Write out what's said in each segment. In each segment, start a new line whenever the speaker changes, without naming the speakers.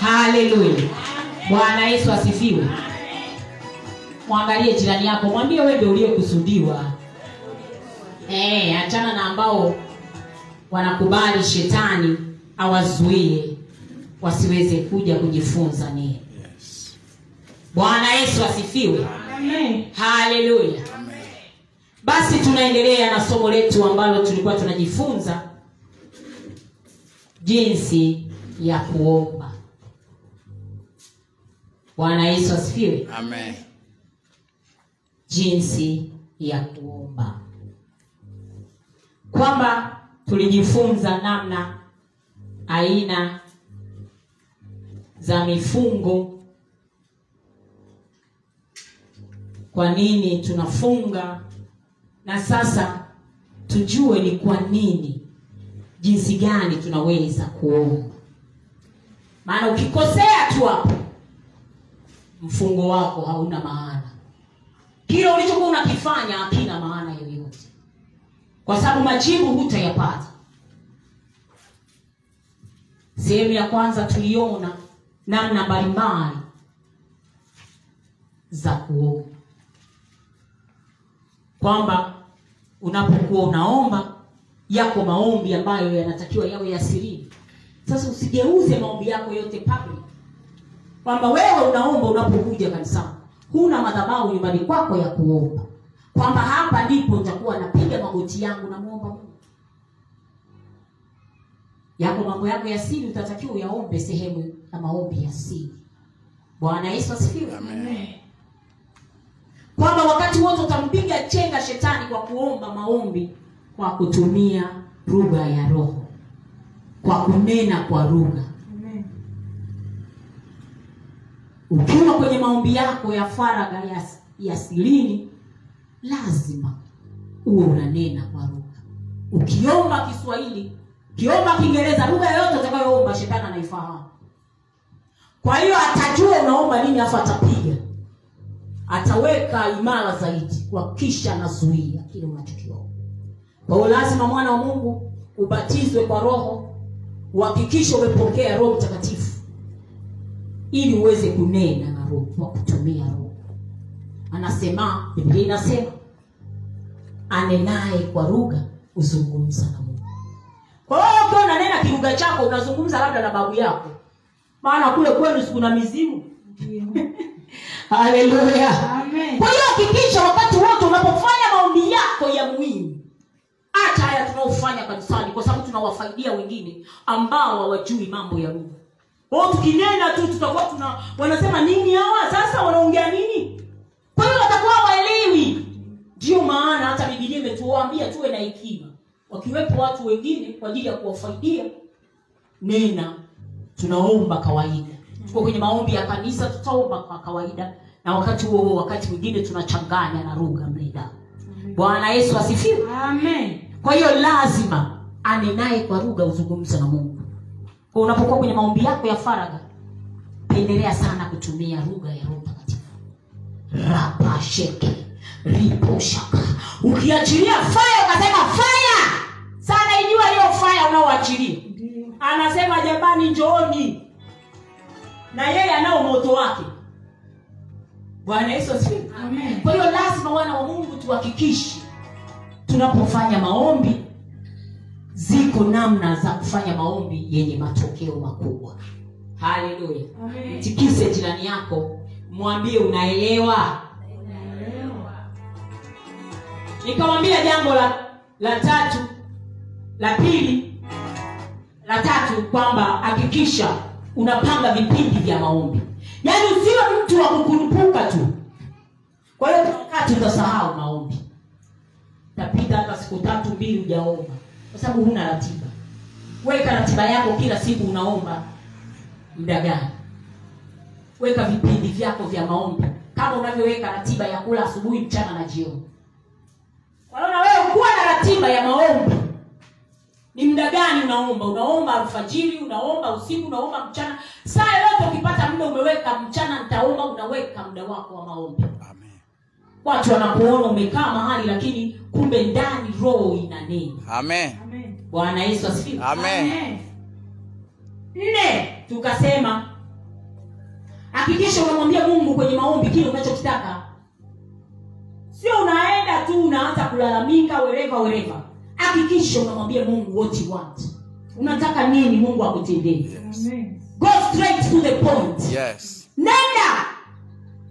Haleluya. Bwana Yesu asifiwe. Mwangalie jirani yako, mwambie wewe ndio uliyekusudiwa. Eh, achana na ambao wanakubali shetani awazuie wasiweze kuja kujifunza nini.
Yes.
Bwana Yesu asifiwe.
Amen.
Haleluya. Basi tunaendelea na somo letu ambalo tulikuwa tunajifunza jinsi ya kuomba. Bwana Yesu asifiwe.
Amen.
Jinsi ya kuomba. Kwamba tulijifunza namna aina za mifungo kwa nini tunafunga na sasa tujue ni kwa nini jinsi gani tunaweza kuomba maana ukikosea tu hapo mfungo wako hauna maana kile ulichokuwa unakifanya hakina maana yoyote kwa sababu majibu hutayapata sehemu ya kwanza tuliona namna mbalimbali za kuomba kwamba unapokuwa unaomba yako maombi ambayo yanatakiwa yawe ya sirini sasa usigeuze maombi yako yote public kwamba wewe unaomba unapokuja kanisani huna madhabahu nyumbani kwako ya kuomba kwamba hapa ndipo nitakuwa napiga magoti yangu namwomba mungu yako mambo yako ya siri utatakiwa uyaombe sehemu ya maombi ya siri bwana yesu asifiwe
Amen.
kwamba wakati wote utampiga chenga shetani kwa kuomba maombi kwa kutumia lugha ya roho kwa kunena kwa lugha
Amen.
ukiwa kwenye maombi yako ya faragha ya, ya silini lazima uwe unanena kwa lugha ukiomba kiswahili ukiomba kiingereza lugha yoyote utakayoomba shetani anaifahamu kwa hiyo atajua unaomba nini afu atapiga ataweka imara zaidi kuhakikisha anazuia kile unachokiomba kwa hiyo lazima mwana wa mungu ubatizwe kwa roho uhakikishe umepokea roho mtakatifu ili uweze kunena na roho kwa kutumia roho anasema biblia inasema anenaye kwa lugha huzungumza na mungu kwa hiyo ukiwa unanena kilugha chako unazungumza labda na babu yako maana kule kwenu siku na mizimu
Ndiyo.
haleluya
Amen.
kwa hiyo hakikisha wakati wote unapofanya maombi yako ya muhimu hata haya tunaofanya kanisani kwa sababu tunawafaidia wengine ambao hawajui mambo ya lugha kwao tukinena tu tutakuwa tuna wanasema nini hawa sasa wanaongea nini kwa hiyo watakuwa waelewi ndiyo maana hata bibilia imetuambia tuwe na hekima wakiwepo watu wengine kwa ajili ya kuwafaidia nena tunaomba kawaida tuko kwenye maombi ya kanisa tutaomba kwa kawaida na wakati huo huo wakati mwingine tunachanganya na lugha mlida bwana yesu asifiwe
Amen.
kwa hiyo lazima anenaye kwa lugha huzungumza na mungu kwa unapokuwa kwenye maombi yako ya faragha pendelea sana kutumia lugha ya roho mtakatifu rapasheke riposhaka ukiachilia faya ukasema faya sana ijua hiyo faya unaoachilia
Ndiyo.
anasema jamani njooni na yeye anao moto wake bwana yesu asifiwe
Amen.
kwa hiyo lazima wana wa mungu tuhakikishe tunapofanya maombi ziko namna za kufanya maombi yenye matokeo makubwa haleluya
Amen.
tikise jirani yako mwambie unaelewa nikamwambia jambo la la tatu la pili la tatu kwamba hakikisha unapanga vipindi vya maombi yaani usiwe mtu wa kukurupuka tu kwa hiyo wakati utasahau maombi tapita hata siku tatu mbili hujaomba kwa sababu huna ratiba weka ratiba yako kila siku unaomba muda gani weka vipindi vyako vya maombi kama unavyoweka ratiba ya kula asubuhi mchana na jioni kwa hiyo na wewe kuwa na ratiba ya maombi ni muda gani unaomba unaomba alfajiri unaomba usiku unaomba mchana saa yoyote ukipata muda umeweka mchana nitaomba unaweka muda wako wa maombi
Amen.
watu wanakuona umekaa mahali lakini kumbe ndani roho inanena
Amen.
Amen.
bwana yesu asifiwe
Amen.
Amen.
nne tukasema hakikisha unamwambia mungu kwenye maombi kile unachokitaka sio unaenda tu unaanza kulalamika wereva wereva hakikisha unamwambia mungu what you want unataka nini mungu akutendee
Amen.
go straight to the point
Yes.
nenda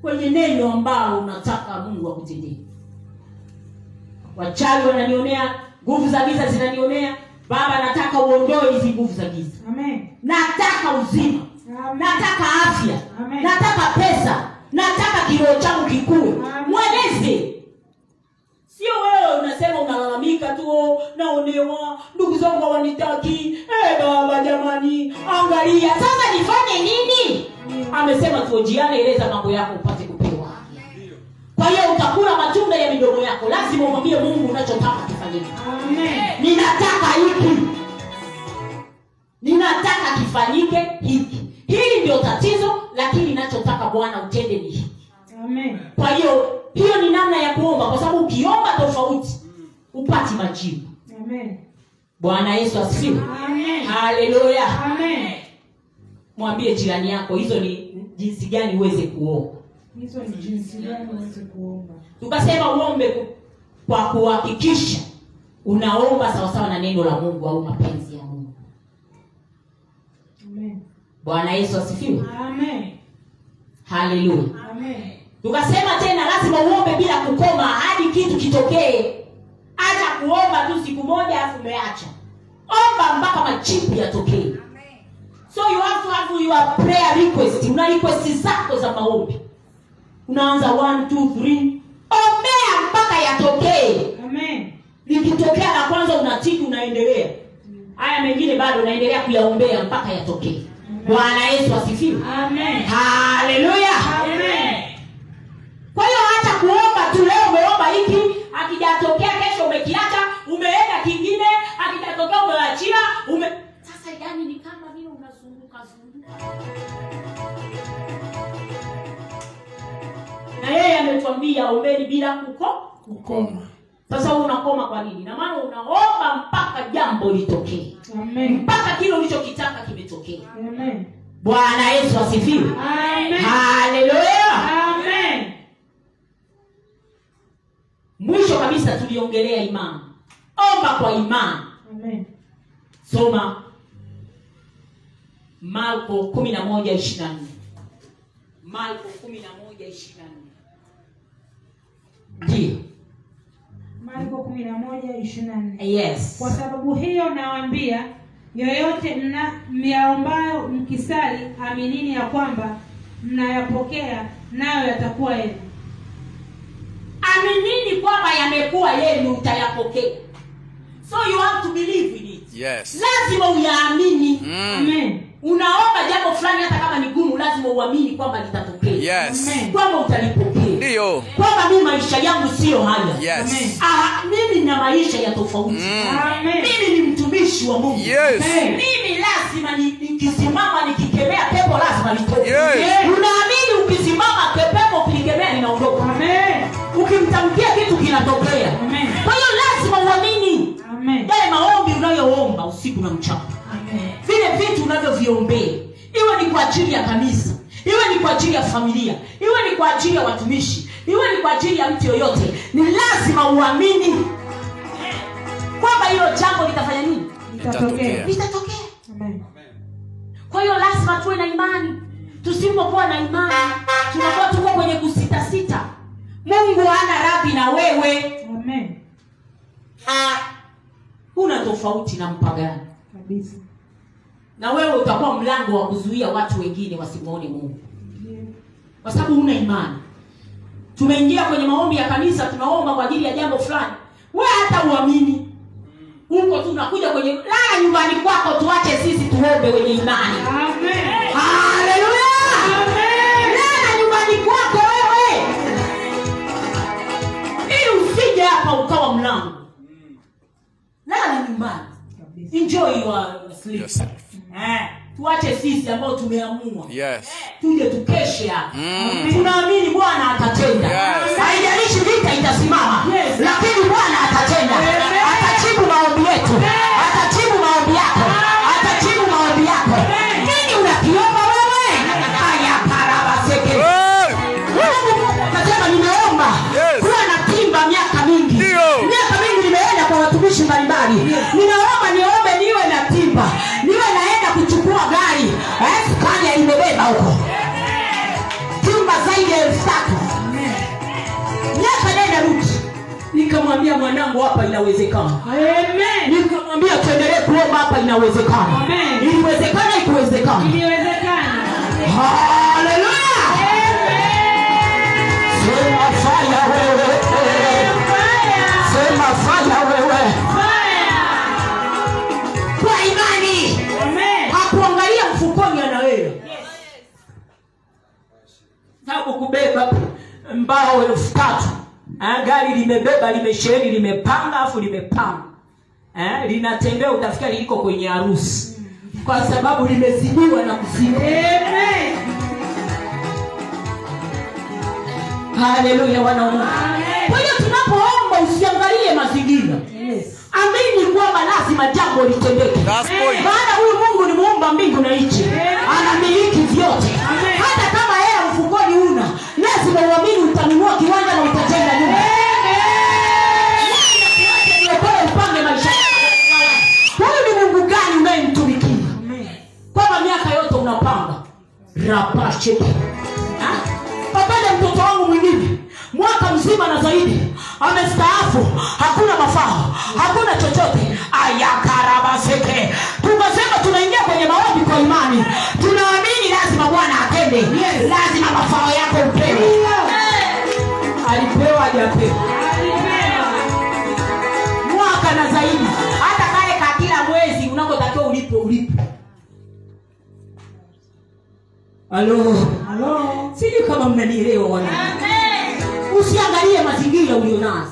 kwenye neno ambalo unataka mungu akutendee wachawi wananionea nguvu za giza zinanionea baba nataka uondoe hizi nguvu za giza
Amen.
nataka uzima
Amen.
nataka afya
Amen.
nataka pesa nataka kiroho changu kikuu
Amen.
mweleze sio wewe unasema unalalamika tu "Oh, naonewa ndugu zangu hawanitaki Eh, baba jamani angalia sasa nifanye nini amesema tuojiane eleza mambo yako upate kupewa afya. kwa hiyo utakula matunda ya midomo yako lazima umwambie mungu unachotaka kifanyike
Amen.
ninataka hiki ninataka kifanyike hiki hili ndio tatizo lakini nachotaka bwana utende ni hiki
Amen.
kwa hiyo hiyo ni namna ya kuomba kwa sababu ukiomba tofauti upati majibu
Amen.
bwana yesu asifiwe
Amen.
haleluya
Amen.
mwambie jirani yako hizo ni jinsi gani uweze kuomba
Hizo ni jinsi gani uweze kuomba.
tukasema uombe ku- kwa kuhakikisha unaomba sawasawa na neno la mungu au mapenzi ya mungu
Amen.
bwana yesu asifiwe
Amen.
haleluya
Amen.
tukasema tena lazima uombe bila kukoma hadi kitu kitokee hata kuomba tu siku moja afu umeacha omba mpaka majibu yatokee so you have to have your prayer request una request zako za maombi unaanza one, two, three. ombea mpaka yatokee
Amen.
likitokea la kwanza unatiki unaendelea haya mengine bado unaendelea kuyaombea mpaka yatokee bwana yesu asifiwe
Amen.
haleluya
Amen.
kwa hiyo hata kuomba tu leo umeomba hiki akijatokea kesho umekiacha umeenda kingine akijatokea umeachia ume sasa yani ni kama vile unazunguka zunguka na yeye ametuambia ombeni bila kuko
Kukoma.
sasa wewe unakoma kwa nini na maana unaomba mpaka jambo litokee
Amen.
mpaka kile ulichokitaka kimetokea
Amen.
bwana yesu asifiwe
Amen.
haleluya
Amen.
mwisho kabisa tuliongelea imani omba kwa imani
Amen.
soma marko 11:24. marko 11:24. ndiyo
Marko 11:24.
yes
Kwa sababu hiyo nawaambia, yoyote mna myaombayo mkisali, aminini ya kwamba mnayapokea, nayo yatakuwa yenu.
aminini kwamba yamekuwa yenu utayapokea so you have to believe in it
Yes.
lazima uyaamini
Mm.
Amen.
unaomba jambo fulani hata kama ni gumu lazima uamini kwamba litatokea
Yes.
Amen.
kwamba utalipokea
Ndiyo.
kwamba mi maisha yangu siyo haya
Yes.
Ah, mimi na maisha ya tofauti
Mm.
Amen.
mimi ni mtumishi wa mungu
Yes.
mimi lazima ni- nikisimama nikikemea pepo lazima nitoke
Yes.
Eh, unaamini ukisimama ke- pepo ukilikemea linaondoka
Amen.
ukimtamkia kitu kinatokea
Amen.
kwa hiyo lazima uamini
Amen.
yale maombi unayoomba usiku na mchana
Amen.
vile vitu unavyoviombea iwe ni kwa ajili ya kanisa iwe ni kwa ajili ya familia iwe ni kwa ajili ya watumishi iwe ni kwa ajili ya mtu yoyote ni lazima uamini kwamba hilo jambo litafanya nini
Itatokea.
Itatokea.
litatokea
Amen.
kwa hiyo lazima tuwe na imani tusipokuwa na imani tunakuwa tuko kwenye kusitasita mungu hana radhi na wewe
Amen.
huna tofauti na mpagani
Kabisa.
na wewe utakuwa mlango wa kuzuia watu wengine wasimwone mungu
Ndiyo.
kwa sababu huna imani tumeingia kwenye maombi ya kanisa tunaomba kwa ajili ya jambo fulani we hata uamini huko tu unakuja kwenye lala nyumbani kwako tuache sisi tuombe wenye imani
Amen.
haleluya
Amen.
lala nyumbani kwako wewe ili usije hapa ukawa mlango lala nyumbani
Kabisa.
enjoy your sleep
Yourself.
eh, tuache sisi ambao tumeamua
Yes.
tuje tukeshe hapa
Mm.
tunaamini bwana atatenda
Yes.
haijalishi vita itasimama
Yes.
lakini bwana atatenda
Amen.
atajibu maombi yetu atajibu maombi yako atajibu maombi yako nini unakiomba wewe ayaparaba Eh, yangu hapa inawezekana
Amen.
nikamwambia tuendelee kuomba hapa inawezekana
Amen.
iliwezekana ikuwezekana
Iliwezekana.
haleluya
Amen.
sema fanya wewe
Fire.
sema fanya wewe
Fire.
kwa imani
Amen.
hakuangalia mfukoni ana hela sababu kubeba mbao elfu tatu eh, gari limebeba limesheheni limepanga afu limepanga eh, linatembea utafikia liliko kwenye harusi kwa sababu limezidiwa na kuzidiwa
Amen.
haleluya wana wa Mungu
Amen.
kwa hiyo tunapoomba usiangalie mazingira
Yes.
amini kwamba lazima jambo litendeke
That's point.
maana huyu mungu ni muumba mbingu na nchi
Amen.
anamiliki vyote
Amen.
hata kama hela mfukoni una lazima uamini utanunua kiwanja na utajenga nyumba Acha niokoe upange maisha yako. huyu ni mungu gani unayemtumikia
Amen.
kwamba miaka yote unapanga rapache papale mtoto wangu mwingine mwaka mzima na zaidi amestaafu hakuna mafao hakuna chochote ayakarabaseke tukasema tunaingia kwenye maombi kwa imani tunaamini lazima bwana atende lazima mafao yako upewe alipewa ajapewa
Alipewa.
mwaka na zaidi hata kale ka kila mwezi unakotakiwa ulipo ulipo halo
Hello.
sijui kama mnanielewa wana usiangalie mazingira ulionazo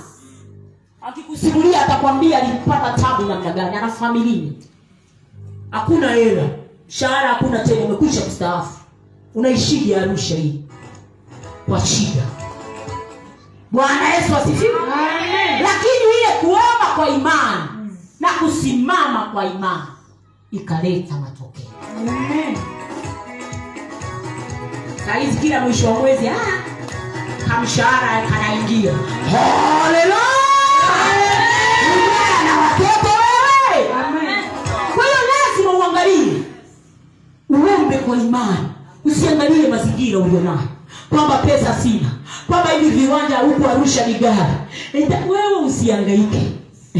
akikusimulia atakwambia alipata tabu namna gani ana familia hakuna hela mshahara hakuna tena umekwisha kustaafu unaishije arusha hii kwa shida bwana yesu asifiwe
Amen.
lakini ile kuomba kwa imani na kusimama kwa imani ikaleta matokeo
Amen.
sahizi kila mwisho wa mwezi ah, kamshahara kanaingia Haleluya! Ungana na watoto wewe
Amen.
kwa hiyo lazima uangalie uombe kwa imani usiangalie mazingira ulionayo kwamba pesa sina kwamba hivi viwanja huku arusha ni gari Ita- wewe usiangaike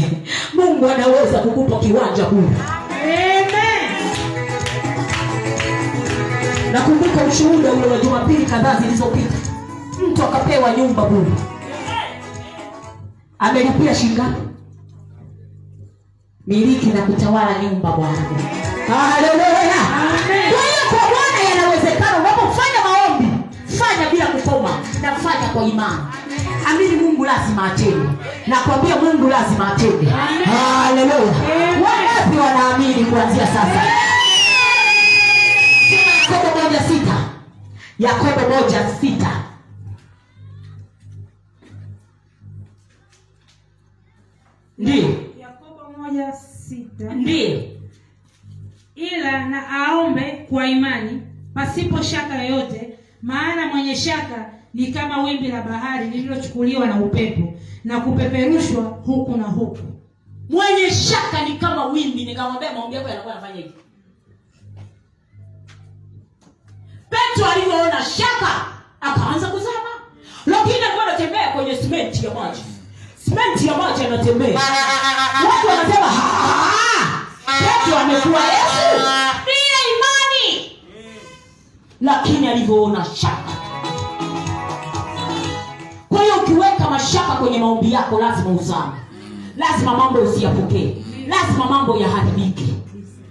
mungu anaweza kukupa kiwanja huu
Amen.
nakumbuka ushuhuda ule wa jumapili kadhaa zilizopita mtu akapewa nyumba bure amelipia shingapi miliki na kutawala nyumba bwana haleluya
Amen.
kwa hiyo kwa bwana yanawezekana unapofanya maombi fanya bila kukoma na fanya kwa imani amini mungu lazima atende nakwambia mungu lazima atende haleluya wangapi wanaamini kuanzia sasa Sema yakobo moja sita yakobo moja sita ndiyo
Yakobo moja sita.
ndiyo
ila na aombe kwa imani pasipo shaka yoyote maana mwenye shaka ni kama wimbi la bahari lililochukuliwa na upepo na kupeperushwa huku na huku
mwenye shaka ni kama wimbi nikamwambia maombi yako yanakuwa yanafanya hivi petro alivyoona shaka akaanza kuzama lakini alikuwa anatembea kwenye simenti ya maji simenti ya maji anatembea watu wanasema "Ah, petro amekuwa yesu ile imani lakini alivyoona shaka kwa hiyo ukiweka mashaka kwenye maombi yako lazima uzame lazima mambo usiyapokee lazima mambo yaharibike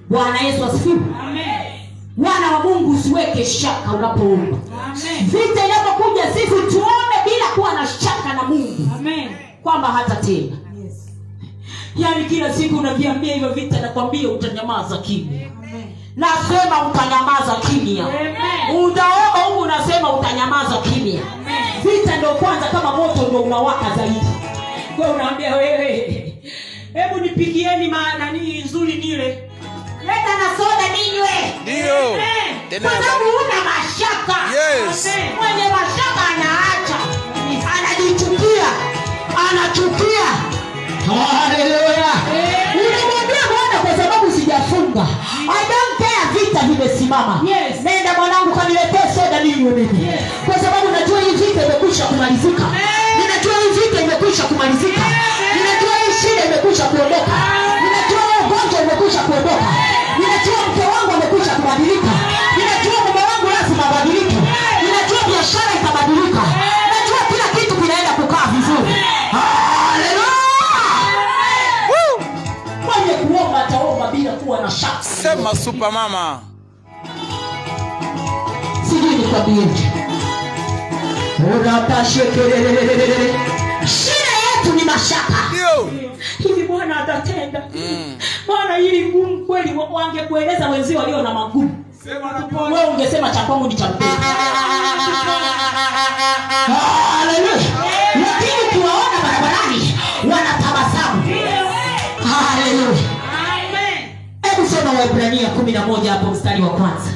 bwana yesu asifiwe
Amen.
wana wa mungu usiweke shaka unapoomba
Amen.
vita inapokuja sisi tuombe bila kuwa na shaka na mungu
Amen.
kwamba hatatenda
Yes.
yaani kila siku unaviambia hivyo vita nakwambia utanyamaza kimya
Amen.
nasema utanyamaza kimya
Amen.
utaomba huku unasema utanyamaza kimya vita ndo kwanza kama moto ndo unawaka zaidi kwa unaambia wewe hebu nipigieni maanani nzuri nile leta na soda ninywe
Ndio.
Amen.
Tena
kwa sababu
habari.
una mashaka
Yes.
mwenye mashaka anaacha anajichukia anachukia Eh. haleluya unamwambia bwana kwa sababu sijafunga I don't care vita vimesimama
Yes.
nenda mwanangu kaniletee soda ninywe mimi
Yes.
kwa sababu Eh. najua hii vita imekwisha kumalizika ninajua hii vita imekwisha kumalizika ninajua hii
mama super mama
sijui nikwambieje unatashekelelelelelele shida yetu ni mashaka
ndio
hivi bwana atatenda
Mm.
bwana hili ngumu kweli wa- wangekueleza wenzii walio na magumu wewe ungesema cha kwangu ni cha mpenzi. Haleluya. lakini ukiwaona barabarani wanatabasamu Haleluya.
Amen.
hebu soma waibrania kumi na moja hapo mstari wa kwanza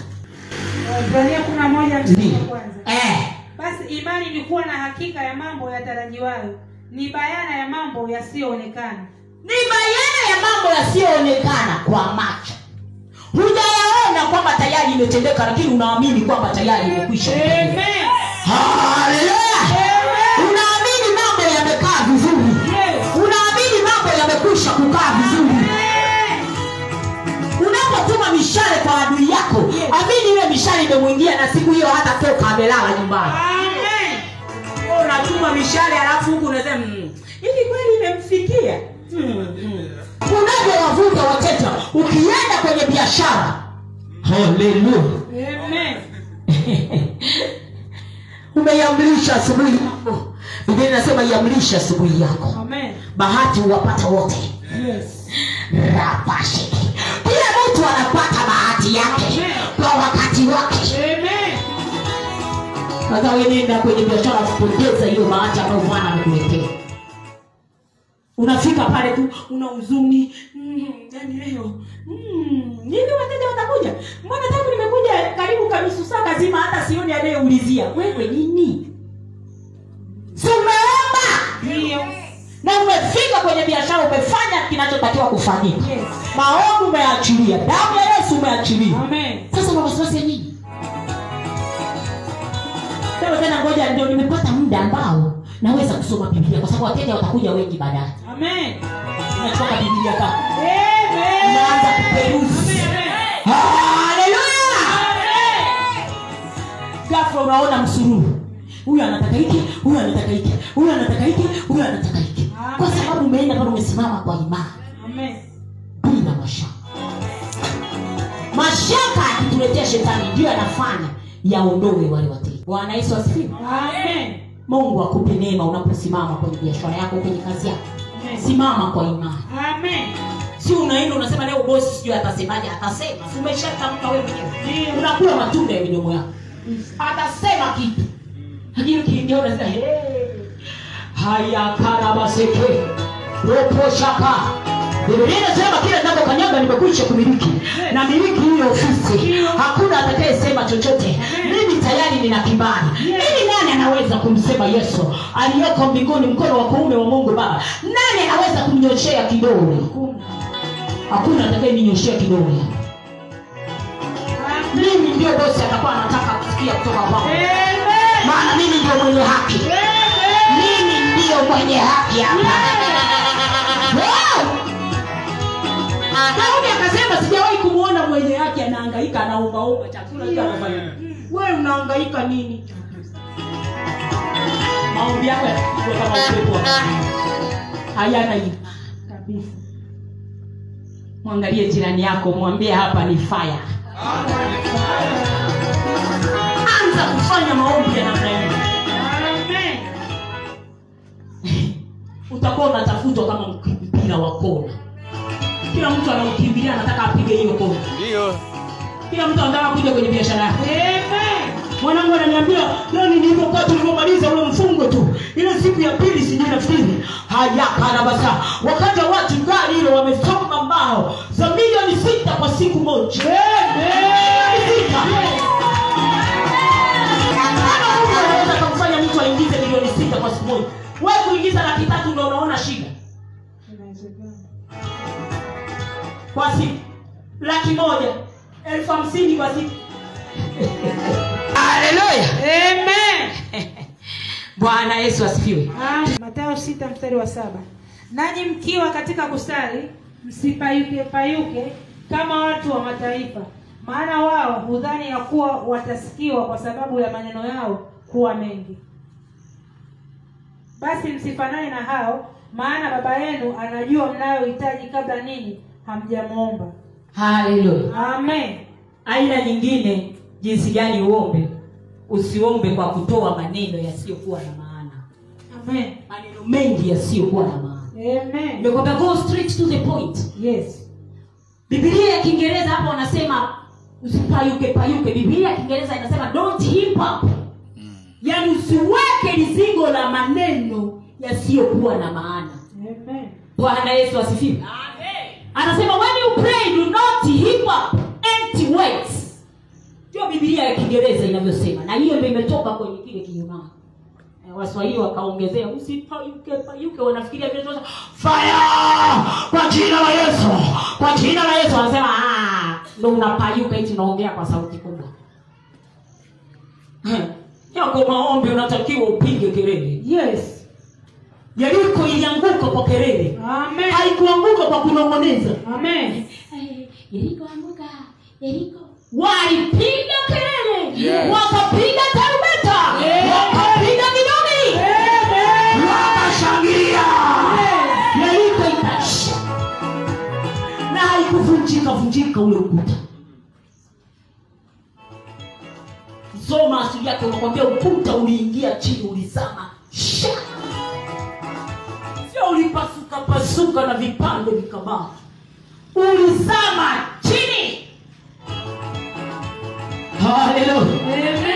Waebrania kumi na moja mstari wa kwanza.
Eh.
Basi imani ni kuwa na hakika ya mambo yatarajiwayo, ni bayana ya mambo yasiyoonekana.
ni bayana ya mambo yasiyoonekana kwa macho hujayaona kwamba tayari imetendeka lakini unaamini kwamba tayari imekwisha
Amen.
kutendeka. Haleluya. unaamini mambo yamekaa vizuri unaamini mambo yamekwisha kukaa vizuri unapotuma mishale kwa adui yako amini ile mishale imemwingia na siku hiyo hata toka amelala nyumbani
Amen.
Wewe unatuma mishale alafu huku unasema "Mm, hivi kweli imemfikia Mm, mm." unavyowavuta wateja ukienda kwenye biashara haleluya
Amen.
umeiamrisha asubuhi yako biblia inasema iamrisha asubuhi yako
Amen.
bahati huwapata wote
Yes.
rapashiki kila mtu anapata bahati yake kwa wakati wake
Amen.
sasa wenenda kwenye biashara kupoteza hiyo bahati ambayo bwana amekuletea unafika pale tu una huzuni "Mm, yaani leo mm, nini wateja watakuja mbona tangu nimekuja karibu kanusu saa kazima hata sioni anayeulizia wewe nini sumeomba
Ndio.
na umefika kwenye biashara umefanya kinachotakiwa kufanyika
Yes.
maovu umeachilia damu ya yesu umeachilia
Amen.
sasa una wasiwasi ya nini sema tena ngoja ndio nimepata muda ambao naweza kusoma biblia kwa sababu wateja watakuja wengi baadaye
Amen.
unachoka biblia kako
Amen.
unaanza kuperuzi
Amen.
haleluya ghafla unaona msururu huyu anataka hiki huyu anataka hiki huyu anataka hiki huyu anataka hiki kwa sababu umeenda pale umesimama kwa imani
Amen.
bila mashaka mashaka akituletea shetani ndiyo yanafanya yaondoe wale wateja bwana yesu asifiwe
Amen.
mungu akupe neema unaposimama kwenye biashara yako kwenye kazi yako
Amen.
simama kwa imani
Amen.
si unaenda unasema leo bosi sijui atasemaje atasema Si umeshatamka wewe mwenyewe
Ndiyo.
unakula matunda ya midomo yako atasema kitu lakini ukiingia unasema "Hey, haya karabaseke roposhaka bibilia inasema kile ninapokanyaga nimekwisha kumiliki na miliki hiyo ofisi hakuna atakayesema chochote mimi tayari nina kibali mimi nani anaweza kumsema yesu aliyoko mbinguni mkono wa kuume wa mungu baba nani anaweza kumnyoshea kidole hakuna atakayeninyoshea kidole
Amen.
mimi ndio bosi atakuwa anataka kusikia kutoka kwako
Amen.
maana mimi ndio mwenye haki mimi ndiyo mwenye haki hapa Wow! daudi akasema sijawahi kumwona mwenye haki anaangaika anaombaomba chakula hiki anafanya we unaangaika nini maombi yako yatakuwa kama upepo wa hayana imani
Kabisa.
mwangalie jirani yako mwambie hapa ni faya anza kufanya maombi ya namna hiyo
Amen.
utakuwa unatafutwa kama mpira wa kona kila mtu anaukimbilia anataka apige hiyo kona
ndio
kila mtu anataka kuja kwenye biashara yako
Amen.
mwanangu ananiambia nani nilivyokaa tulivyomaliza ule mfungo tu ile siku ya pili sijui nafikiri hayakarabasa wakati wa watu gari ile wamesomba mbao za milioni sita kwa siku moja Sita. Kama Mungu anaweza kumfanya mtu aingize milioni sita kwa siku moja we kuingiza laki tatu ndo unaona shida kwa siku laki moja elfu hamsini kwa siku haleluya
Amen.
bwana yesu asifiwe
Ah, Mathayo sita mstari wa saba nanyi mkiwa katika kusali msipayuke payuke kama watu wa mataifa maana wao hudhani ya kuwa watasikiwa kwa sababu ya maneno yao kuwa mengi basi msifanane na hao maana baba yenu anajua mnayohitaji kabla nini hamjamwomba
haleluya
amen
aina nyingine jinsi gani uombe usiombe kwa kutoa maneno yasiyokuwa na maana
amen
maneno mengi yasiyokuwa na maana
amen
nimekwambia go straight to the point
yes
bibilia ya kiingereza hapa wanasema usipayuke payuke bibilia ya kiingereza inasema don't hip up yaani usiweke lizingo la maneno yasiyokuwa na maana
amen
bwana yesu asifiwe anasema when you pray do not heap up empty words ndio bibilia ya kiingereza inavyosema na hiyo ndio imetoka kwenye kile kinyumani waswahili wakaongezea usipayuke payuke wanafikiria vile tunasema, fire kwa jina la yesu kwa jina la yesu wanasema "Ah, ndo unapayuka hichi unaongea kwa sauti kubwa Eh, yako maombi unatakiwa upige kelele
yes
yeriko ilianguka kwa kelele
amen
haikuanguka kwa kunong'oneza
amen
yeriko anguka yeriko walipiga kelele
Yes.
wakapiga tarubeta
Yeah.
wakapiga vidoni
amen
wakashangilia yeriko ikaisha na haikuvunjika vunjika ule ukuta soma asili yake unakwambia ukuta uliingia chini ulizama sha sio ulipasuka pasuka na vipande vikabaa ulizama chini haleluya
amen